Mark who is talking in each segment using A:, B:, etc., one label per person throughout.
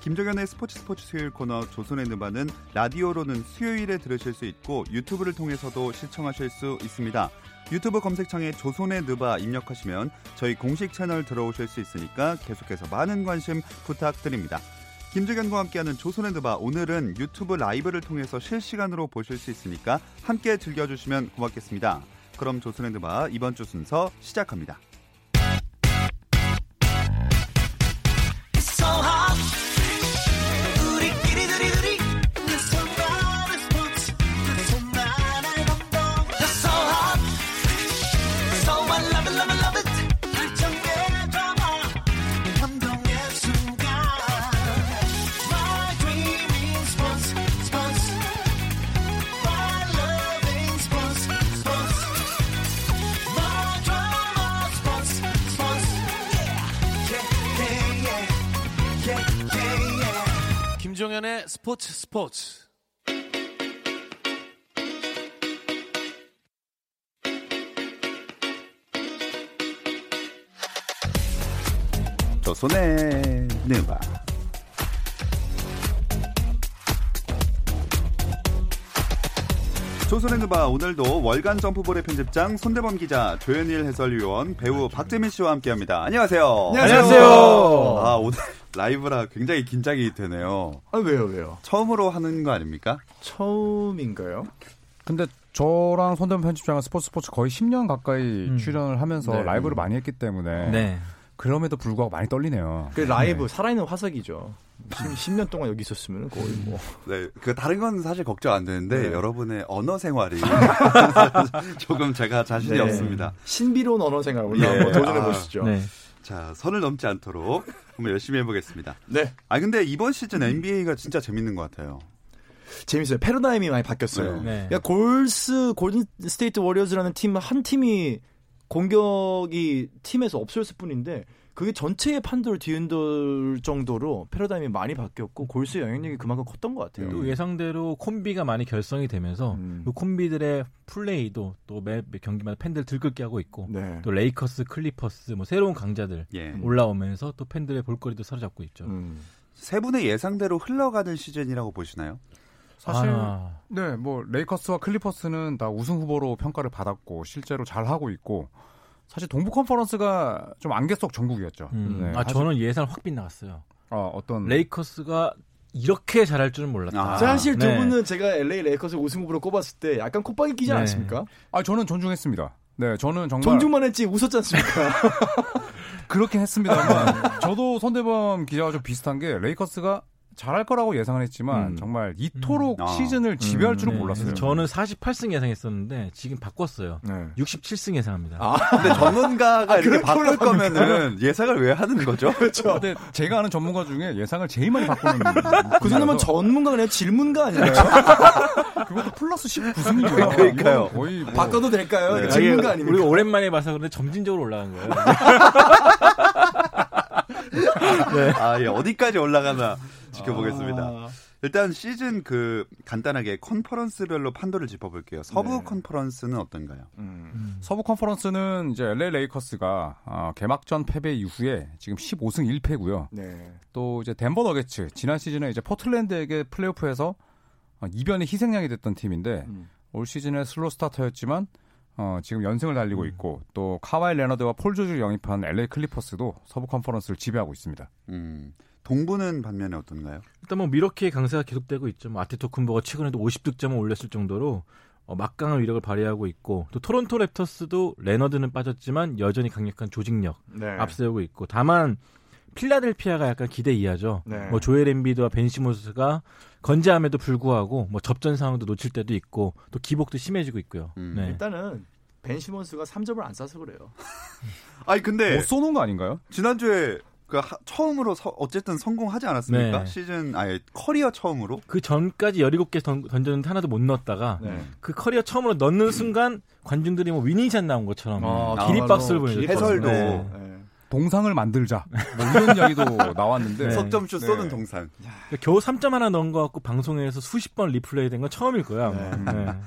A: 김정현의 스포츠 스포츠 수요일 코너 조선의 느바는 라디오로는 수요일에 들으실 수 있고 유튜브를 통해서도 시청하실 수 있습니다. 유튜브 검색창에 조선의 느바 입력하시면 저희 공식 채널 들어오실 수 있으니까 계속해서 많은 관심 부탁드립니다. 김주현과 함께하는 조선의 드바 오늘은 유튜브 라이브를 통해서 실시간으로 보실 수 있으니까 함께 즐겨주시면 고맙겠습니다. 그럼 조선의 드바 이번 주 순서 시작합니다.
B: So hot. 우리끼리 두리두리. 내 손발은 스포츠. 내 손발의 감동. That's so hot. So I love it, love it, love it. 발전의 드라마. 감동의 순간. My dream is sports, sports. My love is sports, sports. My drama, sports, sports. Yeah, yeah, yeah.
C: 김종현의 스포츠 스포츠.
A: 조선의 드바 조선의 드바 오늘도 월간 점프볼의 편집장 손대범 기자 조현일 해설위원 배우 박재민 씨와 함께합니다. 안녕하세요.
D: 안녕하세요.
A: 아 오늘 라이브라 굉장히 긴장이 되네요.
D: 아, 왜요, 왜요?
A: 처음으로 하는 거 아닙니까?
D: 처음인가요?
E: 근데 저랑 손대문 편집장은 스포츠 스포츠 거의 10년 가까이 출연을 하면서
D: 네.
E: 라이브를 많이 했기 때문에
F: 네.
E: 그럼에도 불구하고 많이 떨리네요.
D: 그 라이브 살아있는 화석이죠. 10, 년 동안 여기 있었으면 거의 뭐
A: 네, 그 다른 건 사실 걱정 안 되는데
D: 네.
A: 여러분의 언어 생활이 조금 제가 자신이
D: 네.
A: 없습니다.
D: 신비로운 언어 생활 오늘
A: 예.
D: 한번 도전해 보시죠.
F: 네.
A: 자, 선을 넘지 않도록 한번 열심히 해보겠습니다.
D: 네.
A: 아 근데 이번 시즌 NBA가 진짜 재밌는 것 같아요.
D: 재밌어요. 패러다임이 많이 바뀌었어요.
A: 네.
F: 네.
D: 그러니까 골스 골든 스테이트 워리어즈라는 팀 한 팀이 공격이 팀에서 없어졌을 뿐인데 그게 전체의 판도를 뒤흔들 정도로 패러다임이 많이 바뀌었고 골스의 영향력이 그만큼 컸던 것 같아요.
E: 음.
F: 또 예상대로 콤비가 많이 결성이 되면서
D: 음.
F: 그 콤비들의 플레이도 또 매 경기마다 팬들 들끓게 하고 있고
D: 네.
F: 또 레이커스, 클리퍼스 뭐 새로운 강자들
A: 예.
F: 올라오면서 또 팬들의 볼거리도 사로잡고 있죠.
D: 음.
A: 세 분의 예상대로 흘러가는 시즌이라고 보시나요?
E: 사실
F: 아,
E: 네, 뭐 레이커스와 클리퍼스는 다 우승 후보로 평가를 받았고 실제로 잘 하고 있고 사실 동부 컨퍼런스가 좀 안개 속 전국이었죠.
F: 음.
E: 네,
F: 아
E: 아주-
F: 저는 예상 확 빗나갔어요.
E: 어, 어떤
F: 레이커스가 이렇게 잘할 줄은 몰랐다.
A: 아,
D: 사실 두
F: 네.
D: 분은 제가 LA 레이커스 우승 후보로 꼽았을 때 약간 콧방귀 끼지
F: 네.
D: 않았습니까?
E: 아 저는 존중했습니다. 네, 저는 정말
D: 존중만 했지 웃었지 않습니까?
E: 그렇긴
F: 네.
E: 했습니다만 저도 손대범 기자와 좀 비슷한 게 레이커스가 잘할 거라고 예상을 했지만
D: 음.
E: 정말 이토록
A: 음. 아.
E: 시즌을 지배할 줄은
F: 네,
E: 몰랐어요.
F: 그래서 저는 48승 예상했었는데 지금 바꿨어요.
D: 네.
F: 67승 예상합니다.
A: 근데 전문가가 이렇게
D: 아, 그렇게
A: 바꿀
D: 올라갑니까?
A: 거면은 예상을 왜 하는 거죠?
D: 그렇죠.
E: 근데 제가 아는 전문가 중에 예상을 제일 많이 바꾸는
D: 그 정도면
E: 분이라서 네.
D: 전문가가 아니라 질문가 아니에요?
E: 그것도 플러스 19승이죠.
A: 그러니까요.
E: 거의 뭐
D: 바꿔도 될까요?
A: 네.
D: 질문가
E: 예.
F: 아니,
D: 아닙니까?
F: 우리가 오랜만에 봐서 그런데 점진적으로 올라간 거예요.
A: 아, 예, 어디까지 올라가나 지켜보겠습니다.
D: 아,
A: 일단 시즌 그 간단하게 컨퍼런스별로 판도를 짚어볼게요. 서부
D: 네.
A: 컨퍼런스는 어떤가요?
D: 음.
E: 서부 컨퍼런스는 이제 LA 레이커스가 아, 개막전 패배 이후에 지금 15승 1패고요.
D: 네.
E: 또 이제 덴버 너게츠 지난 시즌에 이제 포틀랜드에게 플레이오프에서 어, 이변의 희생양이 됐던 팀인데
D: 음.
E: 올 시즌에 슬로 스타터였지만 어, 지금 연승을
D: 음.
E: 달리고 있고 또 카와이 레너드와 폴 조지를 영입한 LA 클리퍼스도 서부 컨퍼런스를 지배하고 있습니다.
A: 음, 동부는 반면에 어떤가요?
F: 일단 뭐 미러키의 강세가 계속되고 있죠. 뭐 아테토쿤보가 최근에도 50득점을 올렸을 정도로 어, 막강한 위력을 발휘하고 있고 또 토론토 랩터스도 레너드는 빠졌지만 여전히 강력한 조직력
D: 네.
E: 아,
F: 앞세우고 있고 다만 필라델피아가 약간 기대 이하죠.
D: 네.
F: 뭐 조엘 엠비드와 벤시모스가 건재함에도 불구하고 뭐 접전 상황도 놓칠 때도 있고 또 기복도 심해지고 있고요.
A: 음.
F: 네.
D: 일단은 벤 시몬스가 3점을 안 싸서 그래요.
A: 아니 근데
D: 네.
E: 못 쏘는 거 아닌가요?
A: 지난주에 그러니까 하- 처음으로 서- 어쨌든 성공하지 않았습니까?
F: 네.
A: 시즌 아예 커리어 처음으로
F: 그 전까지 17개 던- 던졌는데 하나도 못 넣었다가
D: 네.
F: 그 커리어 처음으로 넣는 순간 관중들이 뭐 위닝샷 나온 것처럼
D: 아,
F: 기립박수를
D: 정말로
F: 보내줬죠.
A: 해설도
F: 네.
E: 동상을 만들자 뭐 이런 이야기도 나왔는데
F: 네.
A: 석점슛
E: 네.
A: 쏘는 동산.
F: 겨우 3점 하나 넣은 것 같고 방송에서 수십 번 리플레이 된 건 처음일 거야.
E: 네.
F: 아마. 네.
D: 야,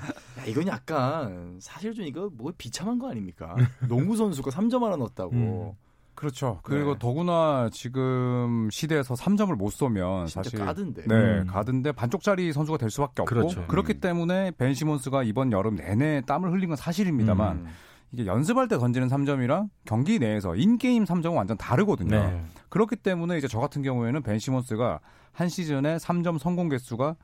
D: 이건 약간 사실 좀 이거 뭐 비참한 거 아닙니까? 농구 선수가 3점 하나 넣었다고.
E: 그렇죠. 그리고
D: 네.
E: 더구나 지금 시대에서 3점을 못 쏘면
D: 진짜
E: 사실
D: 까든데.
E: 네,
F: 음.
E: 가든데 반쪽짜리 선수가 될 수밖에 없고
F: 그렇죠.
E: 기 때문에 벤 시몬스가 이번 여름 내내 땀을 흘린 건 사실입니다만
D: 음.
E: 이게 연습할 때 던지는 3점이랑 경기 내에서 인게임 3점은 완전 다르거든요.
F: 네.
E: 그렇기 때문에 이제 저 같은 경우에는 벤 시몬스가 한 시즌에 3점 성공 개수가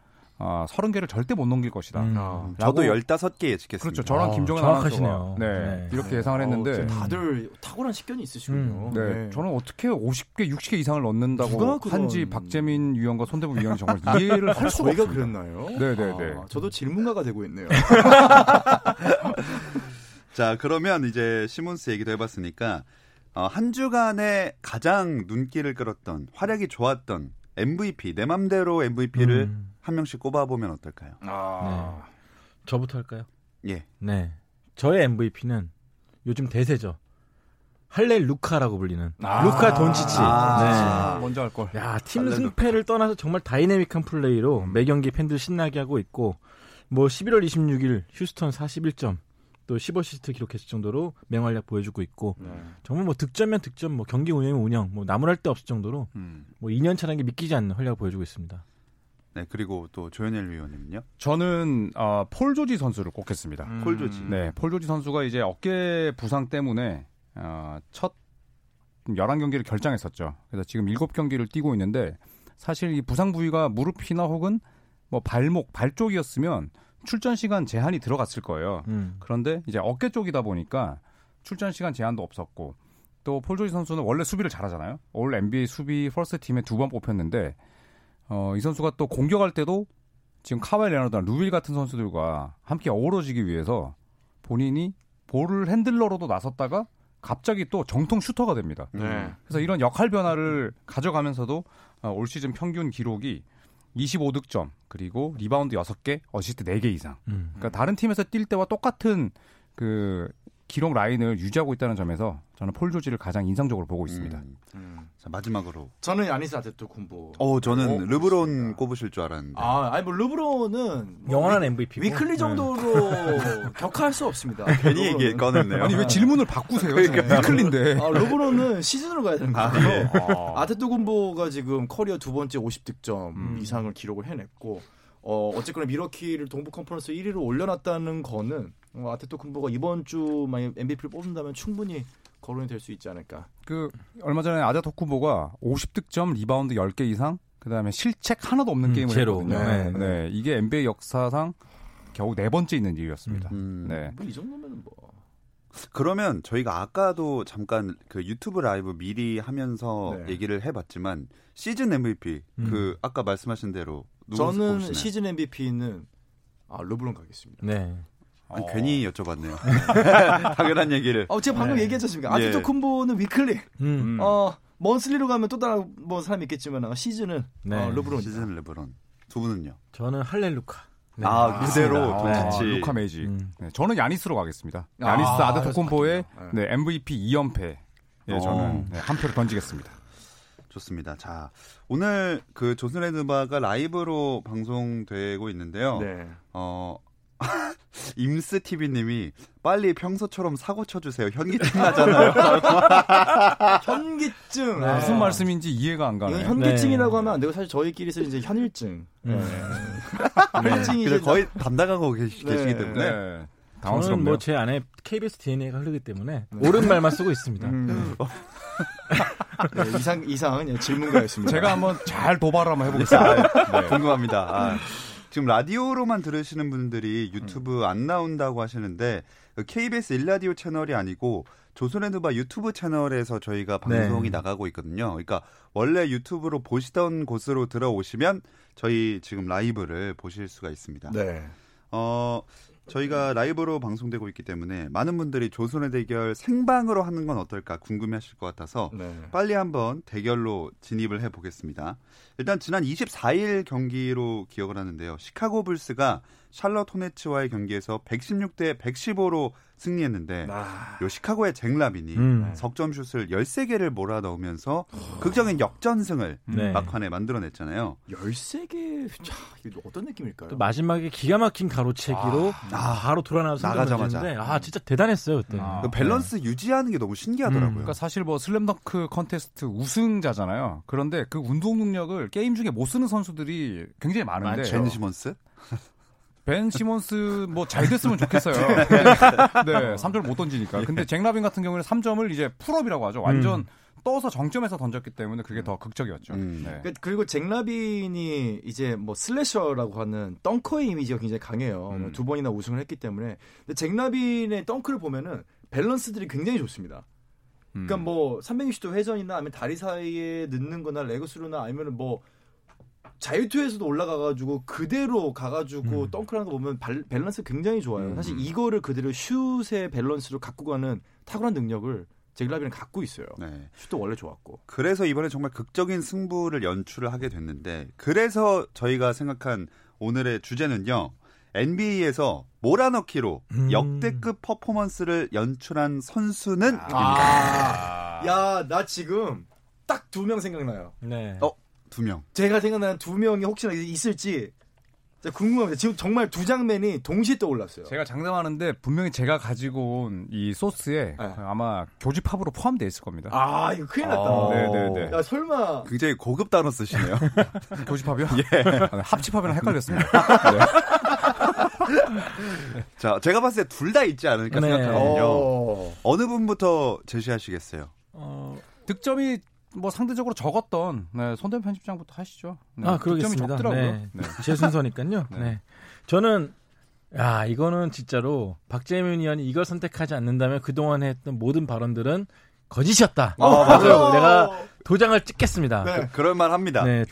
E: 아, 30개를 절대 못 넘길 것이다.
F: 음.
D: 아,
A: 저도
E: 라고-
A: 15개 예측했습니다.
E: 그렇죠. 저랑
F: 아,
E: 김종현
F: 정확하시네요.
E: 아나운서가 네,
F: 네.
E: 이렇게 예상을 했는데
D: 어, 다들 탁월한 식견이 있으시군요.
F: 음.
E: 네, 저는 어떻게 50개, 60개 이상을
D: 누가
E: 넣는다고
D: 그런-
E: 한지 박재민 위원과 손대부 위원이 정말 이해를 할 수가
D: 저희가
E: 없어요.
D: 그랬나요?
E: 네, 네, 네.
D: 아, 저도 질문가가 되고 있네요.
A: 자, 그러면 이제 시몬스 얘기도 해봤으니까 어, 한 주간에 가장 눈길을 끌었던 활약이 좋았던 MVP 내 맘대로 MVP를
F: 음. 네.
A: 한 명씩 꼽아보면 어떨까요?
D: 아,
F: 저부터 할까요?
A: 예,
F: 네. 저의 MVP는 요즘 대세죠. 할렐 루카라고 불리는
D: 아.
F: 루카 돈치치.
A: 아.
F: 네.
E: 먼저 할 걸.
F: 야, 팀
A: 할렐
F: 승패를 떠나서 정말 다이내믹한 플레이로 매 경기 팬들 신나게 하고 있고 뭐 11월 26일 휴스턴 41점 또 10어시스트 기록했을 정도로 맹활약 보여주고 있고 정말 뭐 득점면 득점 뭐 경기 운영이면 운영 뭐 나무랄 데 없을 정도로 뭐 2년 차라는 게 믿기지 않는 활약을 보여주고 있습니다.
A: 네 그리고 또 조현일 위원님은요.
E: 저는 어, 폴 조지 선수를 꼽겠습니다.
D: 음.
A: 콜조지.
E: 네, 폴 조지 선수가 이제 어깨 부상 때문에 어, 첫 11경기를 결장했었죠. 그래서 지금 7경기를 뛰고 있는데 사실 이 부상 부위가 무릎이나 혹은 뭐 발목, 발 쪽이었으면 출전 시간 제한이 들어갔을 거예요.
F: 음.
E: 그런데 이제 어깨 쪽이다 보니까 출전 시간 제한도 없었고 또 폴조지 선수는 원래 수비를 잘하잖아요. 올 NBA 수비 퍼스트 팀에 두 번 뽑혔는데 어, 이 선수가 또 공격할 때도 지금 카와이 레너드나 루빌 같은 선수들과 함께 어우러지기 위해서 본인이 볼을 핸들러로도 나섰다가 갑자기 또 정통 슈터가 됩니다.
D: 네.
E: 그래서 이런 역할 변화를 가져가면서도 어, 올 시즌 평균 기록이 25득점 그리고 리바운드 6개, 어시스트 4개 이상.
F: 음.
E: 그러니까 다른 팀에서 뛸 때와 똑같은 그 기록 라인을 유지하고 있다는 점에서 저는 폴 조지를 가장 인상적으로 보고 있습니다.
A: 음. 자 마지막으로.
D: 저는 야니스 아테토쿤보.
A: 어 저는
D: 어,
A: 르브론
D: 그렇습니다.
A: 꼽으실 줄 알았는데.
D: 아, 아니 뭐 르브론은 뭐
F: 음. 영원한
E: 음.
F: MVP. 음.
D: 위클리 정도로 격할 수 없습니다.
A: 괜히 얘기 꺼냈네요.
E: 아니 왜 질문을 바꾸세요?
D: 그러니까요.
E: 위클린데.
D: 아, 르브론은 시즌으로 가야 되는
A: 아,
D: 거예요.
A: 예.
D: 아테토군보가 지금 커리어 두 번째 50득점
E: 음.
D: 이상을 기록을 해냈고 어, 어쨌거나 미러키를 동부 컨퍼런스 1위로 올려놨다는 거는 어, 아테토군보가 이번 주 만약 MVP를 뽑는다면 충분히 거론이 될 수 있지 않을까.
E: 그 얼마 전에 아자 토쿠보가 50득점, 리바운드 10개 이상, 그다음에 실책 하나도 없는
F: 음,
E: 게임을
F: 제로.
E: 했거든요.
F: 네,
E: 네, 이게 NBA 역사상 겨우 네 번째 있는 일이었습니다.
A: 음,
E: 네.
D: 뭐 이 정도면 뭐.
A: 그러면 저희가 아까도 잠깐 그 유튜브 라이브 미리 하면서
D: 네.
A: 얘기를 해봤지만 시즌 MVP 그 아까 말씀하신 대로 누구
D: 저는
A: 꼽으시나요?
D: 시즌 MVP는 아, 르브론 가겠습니다.
F: 네.
A: 아니,
E: 어.
A: 괜히 여쭤봤네요. 당연한 얘기를.
D: 아, 제가 방금 얘기했지 않습니까?
A: 예.
D: 아테토군보는 위클리.
F: 음.
D: 어, 먼슬리로 가면 또 다른 뭐 사람이 있겠지만 어, 시즌은
F: 네.
D: 어, 르브론.
A: 시즌 르브론 두 분은요?
F: 저는 할렐 루카. 네.
A: 아 그대로
E: 아,
A: 똑같이.
E: 루카 메이지.
F: 음.
E: 네, 저는 야니스로 가겠습니다. 야니스
D: 아,
E: 아, 데토쿤보의
D: 그래서
E: 네, MVP 2연패. 예,
A: 어.
E: 저는 네, 한 표를 던지겠습니다.
A: 좋습니다. 자 오늘 그 조선의 드바가 라이브로 방송되고 있는데요.
D: 네.
A: 어. 임스 TV님이 빨리 평소처럼 사고 쳐주세요. 현기증 나잖아요.
D: 현기증.
F: 네.
D: 아,
E: 무슨 말씀인지 이해가 안
D: 이건
E: 가네요.
D: 현기증이라고 하면 안 되고 사실 저희끼리서 이제 현일증. 네.
F: 음.
D: 현일증이
A: 근데
D: 이제
A: 거의 담당하고 계시,
D: 네.
A: 기 때문에
E: 네.
F: 저는
E: 당황스럽네요.
F: 뭐 제 안에 KBS DNA가 흐르기 때문에 옳은 말만 쓰고 있습니다.
D: 음. 네, 이상 이상은 질문가였습니다.
E: 제가 한번 잘 도발을 한번 해보겠습니다.
A: 네, 궁금합니다. 아, 지금 라디오로만 들으시는 분들이 유튜브 안 나온다고 하시는데 그 KBS 일라디오 채널이 아니고 조선랜드바 유튜브 채널에서 저희가 방송이
F: 네.
A: 나가고 있거든요. 그러니까 원래 유튜브로 보시던 곳으로 들어오시면 저희 지금 라이브를 보실 수가 있습니다.
D: 네.
A: 어, 저희가 라이브로 방송되고 있기 때문에 많은 분들이 조선의 대결 생방으로 하는 건 어떨까 궁금해하실 것 같아서 빨리 한번 대결로 진입을 해보겠습니다. 일단 지난 24일 경기로 기억을 하는데요. 시카고 불스가 샬럿 호네츠와의 경기에서 116대 115로 승리했는데
D: 네.
A: 요 시카고의 잭라빈이
F: 음.
A: 석점슛을 13개를 몰아넣으면서 극적인 역전승을
F: 네.
A: 막판에 만들어냈잖아요.
D: 13개 자, 이거 어떤 느낌일까요?
F: 또 마지막에 기가 막힌 가로채기로 바로 돌아나서
A: 나가자마자.
F: 는데아 진짜 대단했어요 네. 그때.
E: 아.
A: 그 밸런스 유지하는 게 너무 신기하더라고요.
E: 그러니까 사실 뭐 슬램덩크 컨테스트 우승자잖아요. 그런데 그 운동 능력을 게임 중에 못 쓰는 선수들이 굉장히 많은데
A: 벤 아, 시몬스?
E: 벤 시몬스 뭐 잘 됐으면 좋겠어요. 네, 3점을 못 던지니까. 근데 잭라빈 같은 경우는 3점을 이제 풀업이라고 하죠. 완전 떠서 정점에서 던졌기 때문에 그게 더 극적이었죠.
A: 음.
E: 네.
D: 그- 그리고 잭라빈이 이제 뭐 슬래셔라고 하는 덩커의 이미지가 굉장히 강해요. 뭐두 번이나 우승을 했기 때문에. 근데 잭라빈의 덩크를 보면은 밸런스들이 굉장히 좋습니다. 그러니까
E: 음.
D: 뭐 360도 회전이나 아니면 다리 사이에 넣는 거나 레그스루나 아니면은 뭐 자유투에서도 올라가 가지고 그대로 가 가지고 덩크라는 거 보면 발- 밸런스 굉장히 좋아요. 사실 이거를 그대로 슛의 밸런스로 갖고 가는 탁월한 능력을 잭라빈은 갖고 있어요.
A: 네.
D: 슛도 원래 좋았고.
A: 그래서 이번에 정말 극적인 승부를 연출을 하게 됐는데 그래서 저희가 생각한 오늘의 주제는요. NBA에서 몰아넣기로
F: 음.
A: 역대급 퍼포먼스를 연출한 선수는
D: 아. 야, 나 지금 딱 두 명 생각나요.
F: 네.
A: 어, 두 명.
D: 제가 생각나는 두 명이 혹시나 있을지 진짜 궁금합니다. 지금 정말 두 장면이 동시에 떠올랐어요.
E: 제가 장담하는데 분명히 제가 가지고 온 이 소스에 아마 교집합으로 포함되어 있을 겁니다.
D: 아, 이거 큰일 났다.
E: 아,
A: 어.
E: 네네네.
D: 야, 설마
A: 굉장히 고급 단어 쓰시네요.
E: 교집합이요? 아, 네, 합집합이랑 헷갈렸습니다. 네.
A: 자, 제가 봤을 때 둘 다 있지 않을까
F: 네.
A: 생각하거든요.
D: 어.
A: 어느 분부터 제시하시겠어요?
F: 어,
E: 득점이 뭐 상대적으로 적었던 네, 손대현 편집장부터 하시죠. 네,
F: 아 그러겠습니다.
E: 득점이 적더라고요.
F: 네. 제 순서니까요. 네. 저는 야 이거는 진짜로 박재민 의원이 이걸 선택하지 않는다면 그동안 했던 모든 발언들은 거짓이었다. 맞아요. 내가 도장을 찍겠습니다.
D: 네.
A: 그럴 만합니다.
F: 네,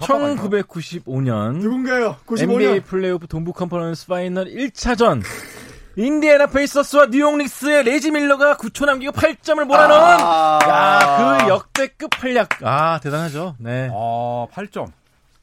F: 1995년
D: 누군가요? 95년.
F: NBA 플레이오프 동부 컨퍼런스 파이널 1차전 인디애나 페이서스와 뉴욕 닉스의 레지 밀러가 9초 남기고 8점을 몰아넣은 야, 그 역대급 활약. 아, 대단하죠. 네.
E: 아, 8점.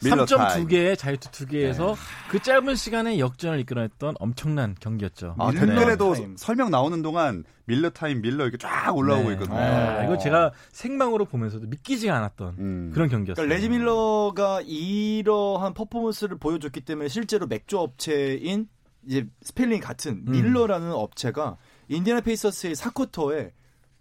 A: 밀러
F: 3점
A: 타임.
F: 두 개에 자유투 두 개에서
D: 네.
F: 그 짧은 시간에 역전을 이끌어냈던 엄청난 경기였죠. 네.
A: 아,
D: 밀러
A: 댓글에도
D: 타임.
A: 설명 나오는 동안 밀러 타임 밀러 이렇게 쫙 올라오고
F: 네.
A: 있거든요.
F: 아, 이거 제가 생방으로 보면서도 믿기지가 않았던
A: 음.
F: 그런 경기였어요.
D: 그러니까 레지 밀러가 이러한 퍼포먼스를 보여줬기 때문에 실제로 맥주 업체인 이제 스펠링 같은 밀러라는 업체가 인디애나 페이서스의 사쿼터에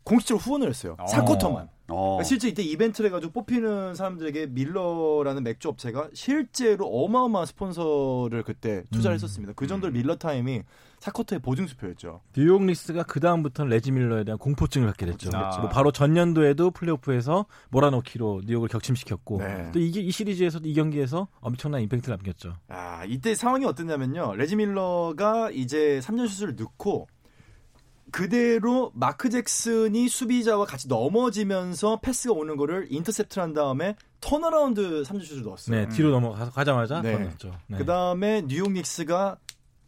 D: 공식적으로 후원을 했어요.
E: 어.
D: 사쿼터만.
A: 어.
D: 그러니까 실제 이때 이벤트를 해가지고 뽑히는 사람들에게 밀러라는 맥주 업체가 실제로 어마어마한 스폰서를 그때 투자를 했었습니다. 그 정도로 밀러 타임이 사쿼터의 보증수표였죠.
F: 뉴욕 닉스가 그 다음부터는 레지 밀러에 대한 공포증을 갖게 됐죠.
D: 아.
E: 그렇죠.
F: 뭐 바로 전년도에도 플레이오프에서 몰아넣기로 뉴욕을 격침시켰고
D: 네.
F: 또 이게 이 시리즈에서도 이 경기에서 엄청난 임팩트를 남겼죠.
D: 아, 이때 상황이 어땠냐면요. 레지 밀러가 이제 3점 슛을 넣고 그대로 마크 잭슨이 수비자와 같이 넘어지면서 패스가 오는 거를 인터셉트를 한 다음에 턴어라운드 3점 슛을 넣었어요.
F: 네, 뒤로 넘어가자마자
D: 음. 네.
F: 건넜죠. 네.
D: 그다음에 뉴욕 닉스가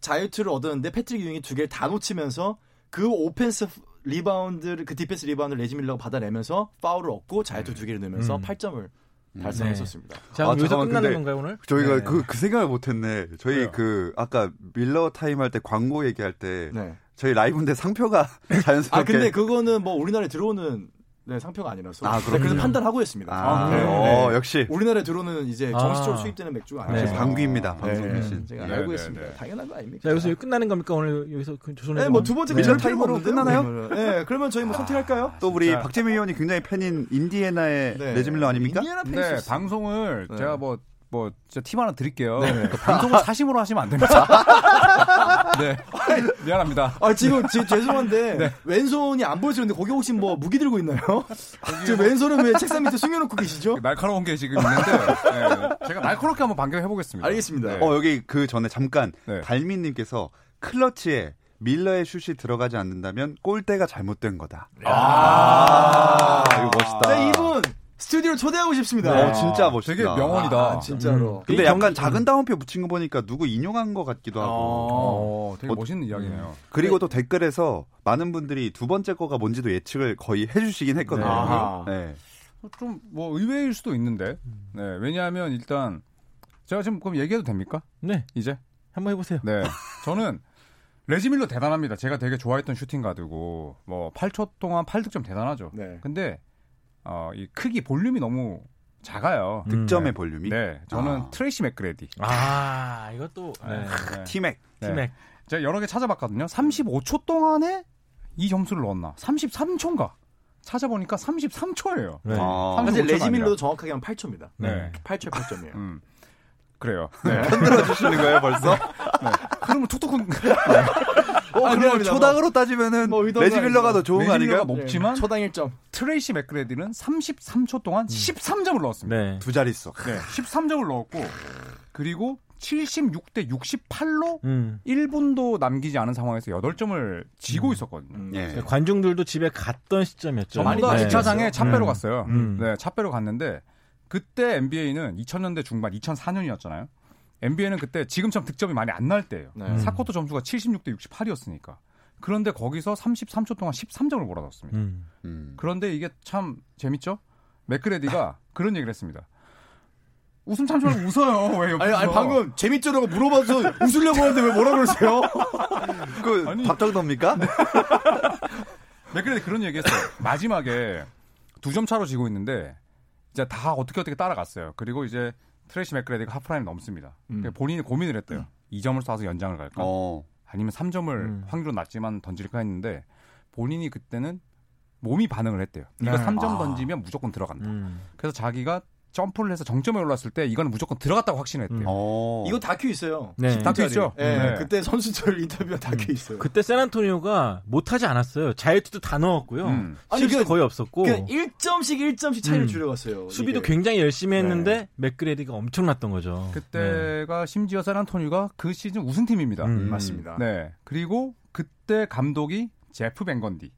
D: 자유투를 얻었는데 패트릭 유잉이 두 개를 다 놓치면서 그 오펜스 리바운드를 그 디펜스 리바운드를 레지 밀러가 받아내면서 파울을 얻고 자유투
A: 네.
D: 두 개를 넣으면서
F: 음.
D: 8점을 달성했었습니다.
F: 자,
A: 아,
F: 그럼 여기서
A: 잠깐만,
F: 끝나는
A: 근데
F: 건가요, 오늘?
A: 저희가
F: 네.
A: 그, 그 생각을 못했네. 저희 그 아까 밀러 타임 할 때 광고 얘기할 때
D: 네.
A: 저희 라이브인데 상표가 자연스럽게
D: 아 근데 그거는 뭐 우리나라에 들어오는 네, 상표가 아니라서
A: 아,
D: 네, 그래서
A: 그렇군요.
D: 판단하고 했습니다.
A: 아,
D: 네,
A: 어,
D: 네.
A: 역시
D: 우리나라에 들어오는 이제 정식적으로
F: 아.
D: 수입되는 맥주가
A: 역시
D: 아니라서
A: 방귀입니다.
D: 네,
A: 방송
D: 네,
A: 귀신.
D: 제가
E: 네,
D: 알고
E: 네,
D: 있습니다.
E: 네.
D: 당연한 거 아닙니까?
F: 자, 여기서 여기 끝나는 겁니까? 오늘 여기서 그 조선의
D: 네, 뭐두 번째
A: 네.
D: 밀러 타임으로
A: 밀러 타임으로 아.
D: 끝나나요? 네, 그러면 저희 뭐 선택할까요?
A: 또 우리 박재민 의원이 굉장히 팬인 인디애나의
D: 네.
A: 레즈밀러 아닙니까?
D: 인디애나
E: 네,
D: 페이서스.
E: 방송을
D: 네.
E: 제가 뭐, 뭐, 진짜 팁 하나 드릴게요.
D: 네.
E: 그 방송을 사심으로 하시면 안 됩니다. 네. 미안합니다.
D: 아 지금 지- 죄송한데 왼손이 안 보여지는데 거기 혹시 뭐 무기 들고 있나요? 지금 왼손은 왜 책상 밑에 숨겨놓고 계시죠?
E: 날카로운 게 지금 있는데, 네, 제가 날카롭게 한번 반격해 보겠습니다.
D: 알겠습니다.
A: 어, 여기 그 전에 잠깐
E: 네.
A: 달미님께서 클러치에 밀러의 슛이 들어가지 않는다면 골대가 잘못된 거다. 아, 이거 멋있다.
D: 네, 이분 스튜디오 초대하고 싶습니다.
A: 어, 진짜 멋있다. 음. 그
E: 되게 명언이다.
D: 아, 진짜로.
A: 근데
F: 이
A: 약간
F: 경기-
A: 작은 따옴표 붙인 거 보니까 누구 인용한 것 같기도 하고.
E: 아,
D: 아.
E: 어, 음. 되게
A: 어,
E: 멋있는 이야기네요.
A: 그리고 또 댓글에서 많은 분들이 두 번째 거가 뭔지도 예측을 거의 해주시긴 했거든요.
F: 네.
D: 아하. 음,
A: 네.
E: 좀 뭐 의외일 수도 있는데. 네, 왜냐하면 일단 제가 지금 그럼 얘기해도 됩니까?
F: 네,
E: 이제?
F: 한번 해보세요.
E: 네. 저는 레지밀러 대단합니다. 제가 되게 좋아했던 슈팅 가드고 뭐 8초 동안 8득점 대단하죠.
D: 네.
E: 근데 어, 이 크기 볼륨이 너무 작아요.
A: 득점의 볼륨이.
E: 네, 저는
A: 아.
E: 트레이시 맥그레디.
F: 아, 이것도 네.
E: 네.
A: 티맥.
E: 네.
F: 티맥.
E: 제가 여러 개 찾아봤거든요. 35초 동안에 이 점수를 넣었나? 33초인가? 찾아보니까 33초예요.
F: 네.
A: 아.
E: 삼-
D: 사실
E: 35점
D: 레지밀로도
E: 아니라.
D: 정확하게 하면 8초입니다.
E: 네.
D: 8초 8점이에요.
E: 음. 그래요. 네.
A: 흔들어주시는 거예요, 벌써?
E: 흐름을 툭툭 흔-
A: 네. 아, 그럼
D: 그렇습니다.
A: 초당으로 따지면은
D: 어, 뭐 의도가
A: 레지밀러가 더
D: 아니고.
A: 좋은 거
E: 레지밀러가
A: 아닌가요?
E: 높지만
D: 초당 1점.
E: 트레이시 맥그레디는 33초 동안 13점을 넣었습니다.
F: 네.
A: 두 자릿수.
E: 음. 네, 13점을 넣었고 그리고 76대 68로
F: 음.
E: 1분도 남기지 않은 상황에서 8점을 지고 있었거든요.
D: 네.
A: 예.
F: 관중들도 집에 갔던 시점이었죠. 네.
E: 전부
D: 많이
E: 다
D: 지쳤어요.
E: 주차장에 차 빼러
F: 음.
E: 갔어요.
F: 음.
E: 네, 차 빼러 갔는데 그때 NBA는 2000년대 중반 2004년이었잖아요. NBA는 그때 지금처럼 득점이 많이 안 날 때예요.
D: 네.
E: 사코트 점수가 76대 68이었으니까. 그런데 거기서 33초 동안 13점을 몰아넣었습니다.
F: 음.
A: 음.
E: 그런데 이게 참 재밌죠? 맥그레디가 그런 얘기를 했습니다. 웃음 참지 말고 웃어요. 왜
D: 아니,
E: 옆에서.
D: 아니 방금 재밌죠라고 물어봐서 웃으려고 하는데 왜 뭐라 그러세요? 네.
A: 그,
E: 아니.
A: 밥정도입니까?
E: 맥그레디 그런 얘기했어요. 마지막에 두 점 차로 지고 있는데 이제 다 어떻게 어떻게 따라갔어요. 그리고 이제 트레이시 맥그레디가 하프라임 넘습니다.
D: 음.
E: 그래서 본인이 고민을 했대요. 이 2점을 쏴서 연장을 갈까?
A: 어.
E: 아니면 3점을
D: 음.
E: 확률은 낮지만 던질까 했는데 본인이 그때는 몸이 반응을 했대요. 이거
D: 네.
E: 3점
D: 아.
E: 던지면 무조건 들어간다.
F: 음.
E: 그래서 자기가 점프를 해서 정점에 올랐을 때 이거는 무조건 들어갔다고 확신했대요.
A: 어.
D: 이거 다큐 있어요.
F: 네.
E: 다큐 있죠?
D: 예,
E: 네.
D: 그때 선수들 인터뷰 다큐 있어요.
F: 그때 샌안토니오가 못하지 않았어요. 자유투도 다 넣었고요.
E: 음.
D: 아니,
F: 실수도
D: 그-
F: 거의 없었고
D: 그냥 1점씩 1점씩 차이를
F: 음.
D: 줄여갔어요.
F: 수비도
D: 이게.
F: 굉장히 열심히 했는데 맥그레디가 엄청났던 거죠. 네.
E: 그때가 심지어 샌안토니가 그 시즌 우승팀입니다.
F: 음.
D: 맞습니다.
E: 네. 그리고 그때 감독이 제프 벵건디.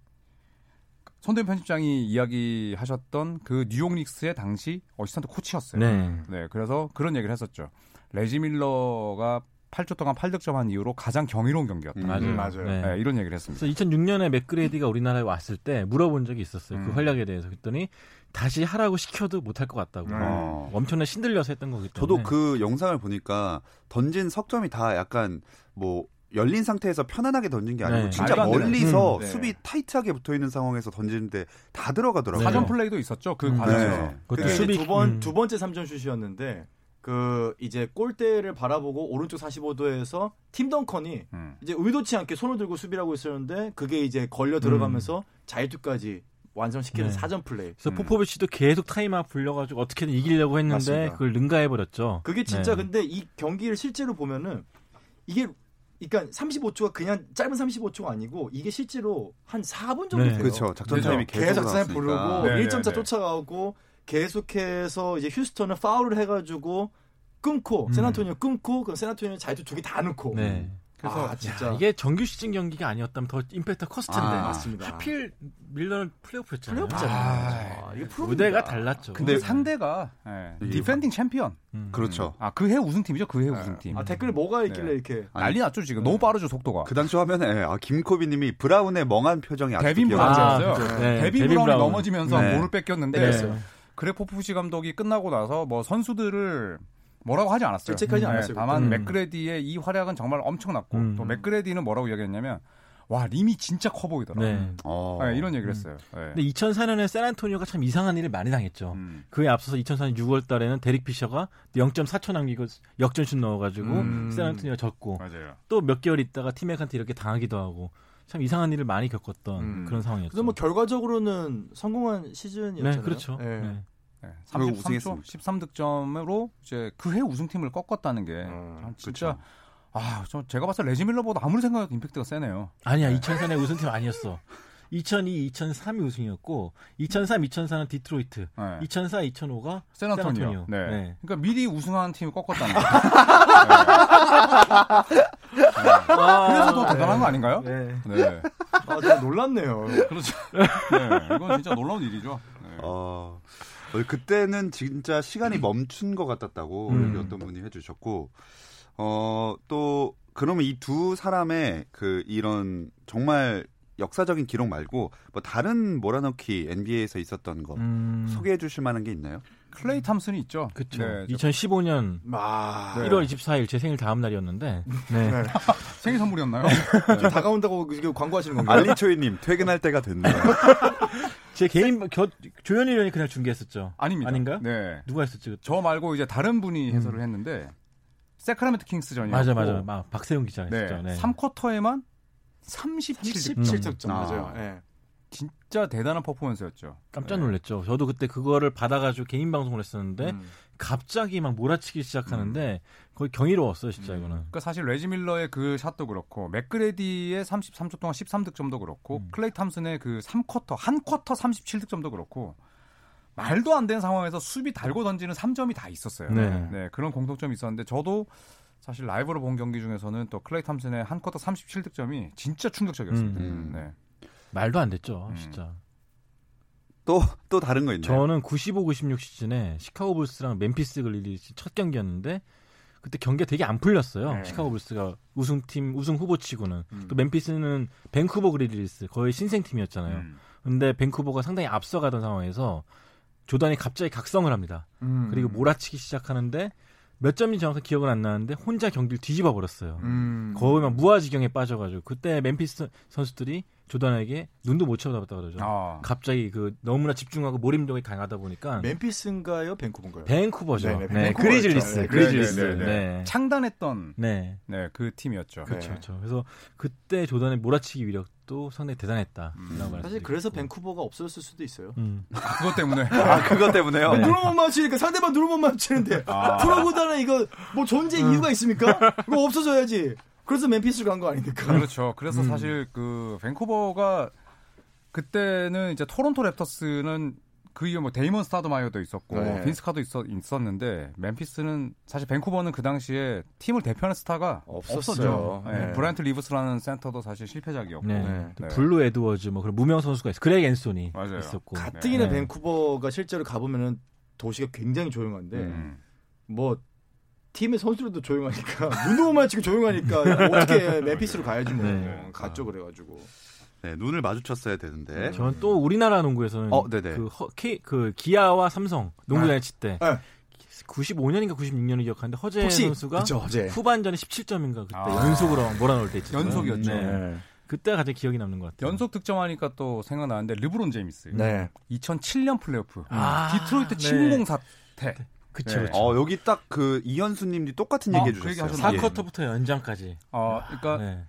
E: 손대현 편집장이 이야기하셨던 그 뉴욕 닉스의 당시 어시스턴트 코치였어요.
F: 네.
E: 네, 그래서 그런 얘기를 했었죠. 레지 밀러가 8초 동안 8득점한 이후로 가장 경이로운 경기였다.
A: 음.
F: 맞아요.
D: 맞아요.
F: 네.
E: 네, 이런 얘기를 했습니다.
F: 그래서 2006년에 맥그레디가 우리나라에 왔을 때 물어본 적이 있었어요. 그
E: 음.
F: 활약에 대해서 그랬더니 다시 하라고 시켜도 못할 것 같다고.
A: 어.
F: 엄청나 신들려서 했던 거기 때문에.
A: 저도
E: 네.
A: 그 영상을 보니까 던진 석점이 다 약간 뭐 열린 상태에서 편안하게 던진 게 아니고
F: 네.
A: 진짜
E: 말도 안 되는.
A: 멀리서
D: 음. 네.
A: 수비 타이트하게 붙어 있는 상황에서 던지는데 다 들어가더라고요.
E: 사전 플레이도 있었죠. 그
F: 음.
E: 과정에서.
A: 네.
F: 그것도
D: 그게
F: 수비-
D: 두 번,
F: 음.
D: 두 번째 3점 슛이었는데, 그, 이제 골대를 바라보고 오른쪽 45도에서 팀 덩컨이
E: 음.
D: 이제 의도치 않게 손을 들고 수비를 하고 있었는데, 그게 이제 걸려 들어가면서 자유투까지 완성시키는
F: 음. 네.
D: 사전 플레이.
F: 그래서
E: 음.
F: 포포비치도 계속 타임아웃 불려가지고 어떻게든 이기려고 했는데
D: 맞습니다.
F: 그걸 능가해버렸죠.
D: 그게 진짜
F: 네.
D: 근데 이 경기를 실제로 보면은 이게 그러니까 35초가 그냥 짧은 35초가 아니고 이게 실제로 한 4분 정도
F: 네.
D: 돼요.
A: 그렇죠. 작전 타임이 계속,
D: 계속 사
A: 나왔으니까.
D: 부르고
E: 네,
D: 1점차
E: 네, 네.
D: 쫓아가고 계속해서 이제 휴스턴은 파울을 해가지고 끊고
F: 음.
D: 세나토니오 끊고 그럼 세나토니오 자유투 두 개 다 넣고
F: 네.
D: 그래서 아, 진짜
F: 이게 정규 시즌 경기가 아니었다면 더 임팩트 컸을 텐데.
A: 아,
D: 맞습니다.
F: 하필 밀러는 플레이오프였잖아요.
D: 플레이오프잖아요. 이게 프로입니다.
F: 무대가 달랐죠.
E: 근데 상대가 예,
A: 이게
E: 디펜딩 챔피언.
F: 음.
A: 그렇죠.
E: 아, 그 해 우승팀이죠. 그 해 우승팀.
D: 아 댓글에 뭐가 있길래 이렇게
A: 아니,
E: 난리 났죠, 지금. 너무 빠르죠, 속도가.
A: 그 당시 화면에 아, 김코비님이 브라운의 멍한 표정이 아직도
E: 데빈
A: 기억나요.
E: 브라운.
F: 아,
E: 맞아요.
F: 그렇죠.
E: 네,
F: 네,
E: 데뷔
F: 데뷔
E: 브라운이
F: 브라운.
E: 넘어지면서
A: 네.
E: 볼을 뺏겼는데
F: 네.
E: 그래포프시 감독이 끝나고 나서 뭐 선수들을 뭐라고 하지 않았어요.
D: 질책하지
E: 네,
D: 않았어요,
E: 다만
F: 그때.
E: 맥그레디의 이 활약은 정말 엄청났고
F: 음.
E: 또 맥그레디는 뭐라고 이야기했냐면 와 림이 진짜 커 보이더라.
F: 네.
A: 어.
E: 네, 이런 얘기를 했어요. 네.
F: 근데 2004년에 샌안토니오가 참 이상한 일을 많이 당했죠.
E: 음.
F: 그에 앞서서 2004년 6월 달에는 데릭 피셔가 0.4초 남기고 역전슛 넣어가지고
E: 음.
F: 샌안토니오가 졌고
E: 맞아요.
F: 또 몇 개월 있다가 팀맥한테 이렇게 당하기도 하고 참 이상한 일을 많이 겪었던
E: 음.
F: 그런 상황이었죠.
D: 그래서 뭐 결과적으로는 성공한 시즌이었잖아요.
F: 네, 그렇죠.
D: 예.
F: 네.
E: 네,
A: 결국
E: 33초, 13득점으로 이제 그 해 우승팀을 꺾었다는 게
D: 음,
E: 진짜 아, 저 제가 봤을 때 레지밀러보다 아무리 생각해도 임팩트가 세네요.
F: 아니야 2004년 우승팀 아니었어. 2002, 2003이 우승이었고 2003, 2004는 디트로이트,
E: 네.
F: 2004, 2005가
E: 세나토니오.
F: 샌안토니오.
E: 네.
F: 네.
E: 그러니까 미리 우승한 팀을 꺾었다는 거. 네. 그래서 더 대단한 거 아닌가요?
F: 네.
E: 네.
D: 아, 좀 놀랐네요.
E: 그렇죠. 네. 음. 이건 진짜 놀라운 일이죠. 네.
A: 어, 어, 그때는 진짜 시간이 멈춘 것 같았다고
F: 음.
A: 여기 어떤 분이 해주셨고 어 또 그러면 이 두 사람의 그 이런 정말 역사적인 기록 말고 뭐 다른 몰아넣기 NBA에서 있었던 거
F: 음,
A: 소개해 주실 만한 게 있나요?
E: 클레이 탐슨이 있죠.
F: 그쵸.
E: 네, 저-
F: 2015년
D: 아,
E: 네.
F: 1월 24일 제 생일 다음 날이었는데 네.
E: 생일 선물이었나요? 네.
D: 좀 다가온다고 이거 광고하시는 건가요?
A: 알리초이님 퇴근할 때가 됐네요.
F: 제 개인 겨, 조현일 의원이 그날 중계했었죠.
E: 아닙니다.
F: 아닌가요?
E: 네.
F: 누가 했었지? 그때?
E: 저 말고 이제 다른 분이 해설을 했는데 세크라멘트 킹스전이었고
F: 맞아 맞아. 아, 박세웅 기자
E: 뭐. 네.
F: 했었죠. 네.
E: 3쿼터에만 37득점.
C: 37득점 맞아요.
A: 아.
C: 예.
E: 진짜 대단한 퍼포먼스였죠. 네.
F: 깜짝 놀랐죠. 저도 그때 그거를 받아가지고 개인 방송을 했었는데
C: 음.
F: 갑자기 막 몰아치기 시작하는데
E: 음.
F: 거의 경이로웠어요, 진짜 이거는.
E: 그러니까 사실 레지 밀러의 그 샷도 그렇고 맥그레디의 33초 동안 13득점도 그렇고
F: 음.
E: 클레이 탐슨의 그 3쿼터 한 쿼터 37득점도 그렇고 말도 안 되는 상황에서 수비 달고 던지는 3점이 다 있었어요.
F: 네.
E: 그런 공통점이 있었는데 저도 사실 라이브로 본 경기 중에서는 또 클레이 탐슨의 한 쿼터 37득점이 진짜 충격적이었습니다.
A: 음.
E: 네.
F: 말도 안 됐죠,
E: 음. 네.
F: 진짜.
A: 또 또 다른 거 있나요?
F: 저는 95, 96 시즌에 시카고 불스랑 멤피스 그 글리리 첫 경기였는데 그때 경기가 되게 안 풀렸어요.
E: 네. 음.
F: 시카고 불스가 우승팀 우승 후보치고는 또 멤피스는 밴쿠버 그릴리스 거의 신생팀이었잖아요.
E: 음.
F: 근데 밴쿠버가 상당히 앞서가던 상황에서 조단이 갑자기 각성을 합니다. 음. 그리고
E: 음.
F: 몰아치기 시작하는데 몇 점인지 정확히 기억은 안 나는데 혼자 경기를 뒤집어 버렸어요.
E: 음.
F: 거의 막 무아지경에 빠져가지고 그때 멤피스 선수들이 조단에게 눈도 못 쳐다봤다 그러죠.
E: 아.
F: 갑자기 그 너무나 집중하고 몰입력이 강하다 보니까
D: 멤피스인가요? 밴쿠버인가요?
F: 밴쿠버죠.
D: 네. 네네,
F: 네,
D: 밴쿠버였죠.
F: 그리즐리스,
D: 네,
F: 그리즐리스.
A: 네네네.
F: 네.
E: 창단했던
F: 네.
E: 네, 그 팀이었죠.
C: 그-
F: 그렇죠. 그렇죠. 그래서 그때 조던의 몰아치기 위력도 상당히 대단했다.
E: 음.
D: 사실 그래서 밴쿠버가 없었을 수도 있어요.
F: 음.
E: 아, 그것 때문에
A: 아 그것 때문에요.
E: 네.
D: 눈을 못 맞추니까 상대방 눈을 못 맞추는데
E: 아.
D: 프로보다는 이거 뭐 존재 이유가 있습니까? 그거 없어져야지. 그래서 멤피스로 간 거 아닙니까?
E: 그렇죠. 그래서 사실 그 밴쿠버가 그때는 이제 토론토 랩터스는 그 이후 뭐 데이먼 스타드마이어도 있었고
D: 네.
E: 빈스카도 있었, 는데 멤피스는 사실 밴쿠버는 그 당시에 팀을 대표하는 스타가
C: 없었어요.
E: 없었죠. 예,
C: 네.
E: 브라이언트 리브스라는 센터도 사실 실패작이었고
F: 네.
C: 네.
F: 또
E: 네.
F: 블루 에드워즈 뭐 그런 무명 선수가 있어. 그렉 앤소니
E: 맞아요.
F: 있었고.
D: 가뜩이나
F: 네.
D: 밴쿠버가 실제로 가보면은 도시가 굉장히 조용한데
E: 음.
D: 뭐 팀의 선수들도 조용하니까 눈도 못 맞추고 조용하니까 어떻게 멤피스로 가야지 뭐
F: 네.
D: 갔죠 그래가지고
A: 네, 눈을 마주쳤어야 되는데.
F: 저는 또 우리나라 농구에서는
A: 어, 네네.
F: 그, 허, K, 그 기아와 삼성 농구
D: 네.
F: 잔치 때
D: 네.
F: 95년인가 96년을 기억하는데 허재 선수가
D: 그쵸, 어제
F: 후반전에 17점인가 그때
E: 아.
F: 연속으로 막 몰아넣을 때 있었어요.
E: 연속이었죠.
F: 네. 그때가 가장 기억이 남는 것 같아요.
E: 연속 득점하니까 또 생각나는데 르브론 제임스
D: 네.
E: 2007년 플레이오프
F: 아,
E: 디트로이트
F: 네.
E: 침공 사태
F: 그쵸
E: 네.
F: 그쵸.
A: 어 여기 딱 그 이현수님이 똑같은
E: 아,
A: 얘기해
E: 그 얘기
A: 주셨어요.
E: 하셨나요?
F: 4쿼터부터 연장까지.
E: 어, 그러니까
F: 네.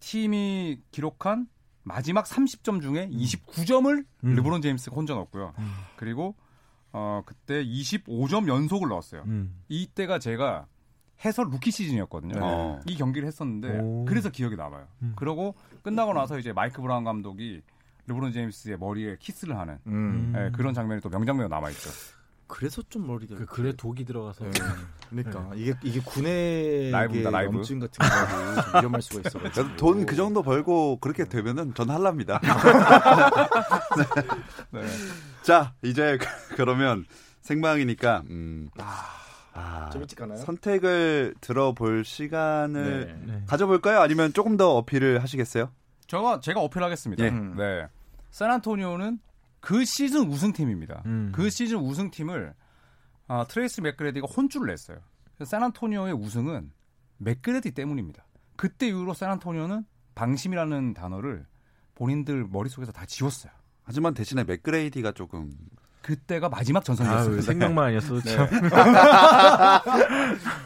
E: 팀이 기록한 마지막 30점 중에 29점을
F: 음.
E: 르브론 제임스가 혼자 넣었고요. 그리고 어, 그때 25점 연속을 넣었어요.
F: 음.
E: 이때가 제가 해설 루키 시즌이었거든요.
A: 어.
E: 이 경기를 했었는데
F: 네. 오.
E: 그래서 기억이 남아요.
F: 음.
E: 그러고 끝나고 나서 이제 마이크 브라운 감독이 르브론 제임스의 머리에 키스를 하는
D: 음.
E: 예, 그런 장면이 또 명장면으로 남아 있죠.
D: 그래서 좀 머리가
F: 그 글에 독이 들어가서
D: 네. 그러니까 이게 이게 군의
E: 네. 라이브입니다, 라이브.
D: 염증 같은 거를 좀 위험할 수가 있어.
A: 돈 그 정도 벌고 그렇게 되면은 전 할랍니다.
E: 네.
A: 자 이제 그- 그러면 생방이니까 음, 아,
D: 좀 일찍 가나요?
A: 선택을 들어볼 시간을
D: 네.
F: 네.
A: 가져볼까요? 아니면 조금 더 어필을 하시겠어요?
E: 제가 제가 어필하겠습니다.
A: 예.
E: 네. 샌안토니오는 그 시즌 우승팀입니다.
F: 음.
E: 그 시즌 우승팀을 아, 트레이스 맥그레디가 혼쭐을 냈어요. 그래서 샌안토니오의 우승은 맥그레디 때문입니다. 그때 이후로 샌안토니오는 방심이라는 단어를 본인들 머릿속에서 다 지웠어요.
A: 하지만 대신에 맥그레이디가 조금
E: 그때가 마지막
F: 아유,
E: 전성기였습니다.
F: 생각만 아니었어도
E: 네.
F: 참.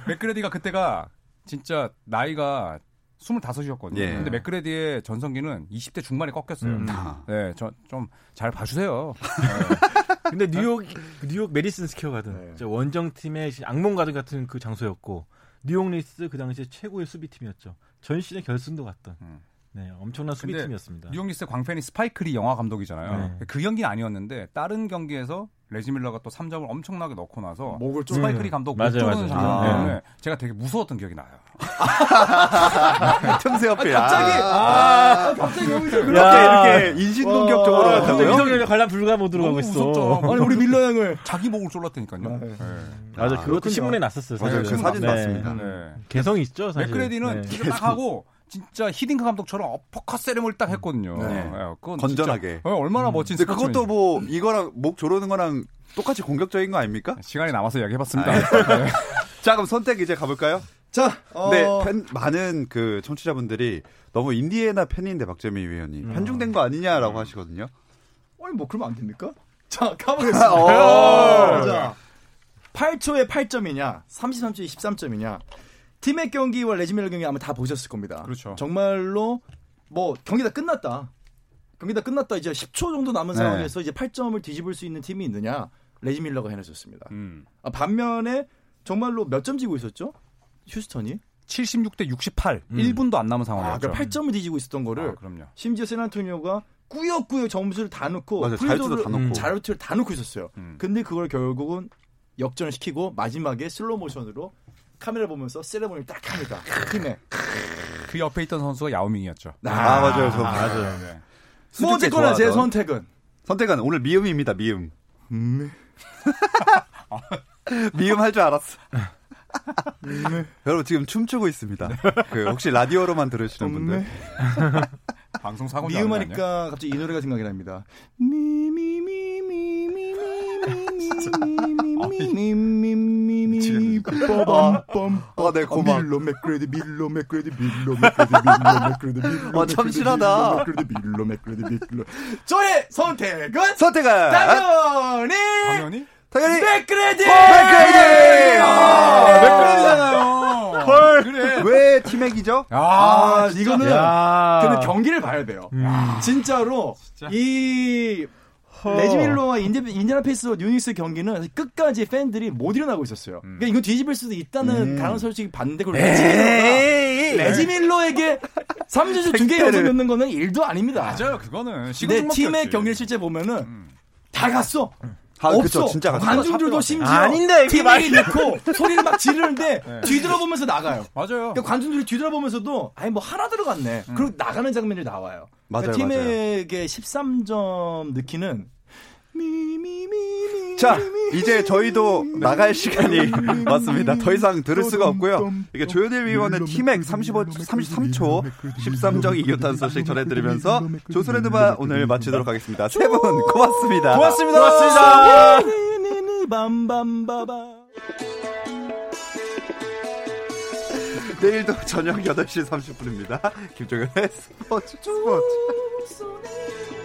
E: 맥그레디가 그때가 진짜 나이가 25이었거든요.
A: 예.
E: 근데 맥그레디의 전성기는 20대 중반에 꺾였어요.
F: 음.
A: 아,
E: 네, 저 좀 잘 봐주세요.
F: 근데 뉴욕 뉴욕 메디슨 스퀘어 가든
D: 네.
F: 저 원정 팀의 악몽 가든 같은 그 장소였고 뉴욕 리스 그 당시에 최고의 수비 팀이었죠. 전 시즌 결승도 갔던.
E: 음.
F: 네, 엄청난 수비
E: 근데
F: 팀이었습니다.
E: 뉴욕 리스 광팬이 스파이크 리 영화 감독이잖아요.
F: 네.
E: 그 경기는 아니었는데 다른 경기에서 레지 밀러가 또 3점을 엄청나게 넣고 나서
D: 목을 뭐 좀
E: 스파이크 리 감독 못
F: 네. 맞아요, 네.
E: 조르는
F: 맞아요.
E: 장면 때문에
A: 아.
E: 제가 되게 무서웠던 기억이 나요.
A: 틈새 어필. 아,
D: 갑자기 아, 갑자기 여기서 그렇게
F: 야.
A: 이렇게 인신공격적으로
D: 와,
A: 갔다고요?
F: 아, 이성열 관람 불가 모드로 가고 있어.
D: 아니 우리 밀러 형을
E: 자기 목을 쫄랐다니까요. 네.
F: 맞아, 그것도
D: 그렇군요.
F: 신문에 났었어요.
A: 맞아요. 그
F: 사실은.
A: 사진
F: 네.
A: 봤습니다.
E: 네.
F: 개성 있죠, 사실.
E: 맥그레디는
F: 네.
E: 진짜 딱 하고 진짜 히딩크 감독처럼 어퍼컷 세레모니를 딱 했거든요. 예, 그건
A: 건전하게.
E: 진짜, 어, 얼마나 멋진
A: 근데
E: 스포츠맨이죠.
A: 그것도 뭐 이거랑 목 조르는 거랑 똑같이 공격적인 거 아닙니까?
E: 네,
D: 네.
E: 시간이 남아서 이야기해봤습니다. 네.
A: 자 그럼 선택 이제 가볼까요?
D: 자 어,
A: 네, 팬, 많은 그 청취자분들이 너무 인디애나 팬인데 박재민 위원님 편중된 거 아니냐라고 하시거든요.
D: 아니 뭐 그러면 안 됩니까? 자 가보겠습니다.
E: 어.
D: 자 8초에 8점이냐, 33초에 13점이냐. 팀의 경기와 레지멜 경기 아마 다 보셨을 겁니다.
E: 그렇죠.
D: 정말로 뭐 경기 다 끝났다. 경기 다 끝났다. 이제 10초 정도 남은
A: 네.
D: 상황에서 이제 8점을 뒤집을 수 있는 팀이 있느냐? 레지밀러가 해내줬습니다.
E: 음.
D: 아, 반면에 정말로 몇 점 지고 있었죠? 휴스턴이?
E: 76대 68, 1분도 안 남은
D: 아,
E: 상황이었죠.
D: 그러니까 8점을 뒤지고 있었던 거를
E: 아, 그럼요.
D: 심지어 세나토니오가 꾸역꾸역 점수를 다 넣고
A: 맞아요. 자유투도 다 넣고.
D: 자유투를 다 넣고 있었어요.
E: 음.
D: 근데 그걸 결국은 역전을 시키고 마지막에 슬로 모션으로 카메라 보면서 세레모니를 딱 합니다. 팀에.
E: 그 옆에 있던 선수가 야오밍이었죠.
A: 아, 맞아요. 저 맞아요.
E: 네.
D: 뭐 어쨌거나 제 선택은
A: 선택은 오늘 미음입니다. 미음.
D: 네.
A: 미음 할 줄 알았어.
D: 네.
A: 여러분 지금 춤추고 있습니다. 그 혹시 라디오로만 들으시는 분들
D: 네.
E: 방송 사고 나는
D: 미음하니까 갑자기 이 노래가 생각이 납니다. 미미미미미미미미미미미미미미 뻔뻔
A: 아, 네, 고마워.
D: 어, 밀로 맥그레디 밀로 맥그레디 밀로 맥그레디 밀로 맥그레디 밀로
A: 아, 참신하다.
D: 맥그레디 밀로 맥그레디 밀로 저의 선택은
A: 선택은
D: 당연히
E: 당연히
A: 당연히
D: 네. 맥그레디
A: 백그레디! 아,
E: 맥그레디잖아요. 헐. 그래.
A: 왜 티맥이죠?
E: 아,
D: 아 이거는
F: 야.
D: 근데 경기를 봐야 돼요. 진짜로 이 레지밀로와 인디, 인디아나 페이스 뉴닉스 경기는 사실 끝까지 팬들이 못 일어나고 있었어요. 그러니까 이거 뒤집을 수도 있다는 다른 솔직히 봤는데 그걸 레지밀로가 레지밀로에게 3주주 중계 연속 넣는 거는 일도 아닙니다.
E: 맞아요. 그거는
D: 근데
E: 시그널
D: 팀의
E: 먹혔지.
D: 경기를 실제 보면은 다 갔어.
A: 아,
D: 없어.
A: 그쵸, 진짜 갔어.
D: 관중들도 심지어 팀이 넣고 소리를 막 지르는데 뒤돌아보면서 나가요.
E: 맞아요.
D: 그러니까 관중들이 뒤돌아보면서도 아니 뭐 하나 들어갔네. 그리고 나가는 장면이 나와요.
A: 맞아요,
D: 팀에게 13점 넣기는 미미미미
A: 자, 이제 저희도 나갈 시간이 왔습니다. 더 이상 들을 수가 없고요. 이게 조현일 위원의 티맥 35, 33초 13정 이교탄 소식 전해드리면서 조선랜드바 오늘 마치도록 하겠습니다. 세 분 고맙습니다.
D: 고맙습니다. 고맙습니다. 밤밤바바.
A: 내일도 저녁 8시 30분입니다. 김종현의 스포츠 스포츠.
D: 손에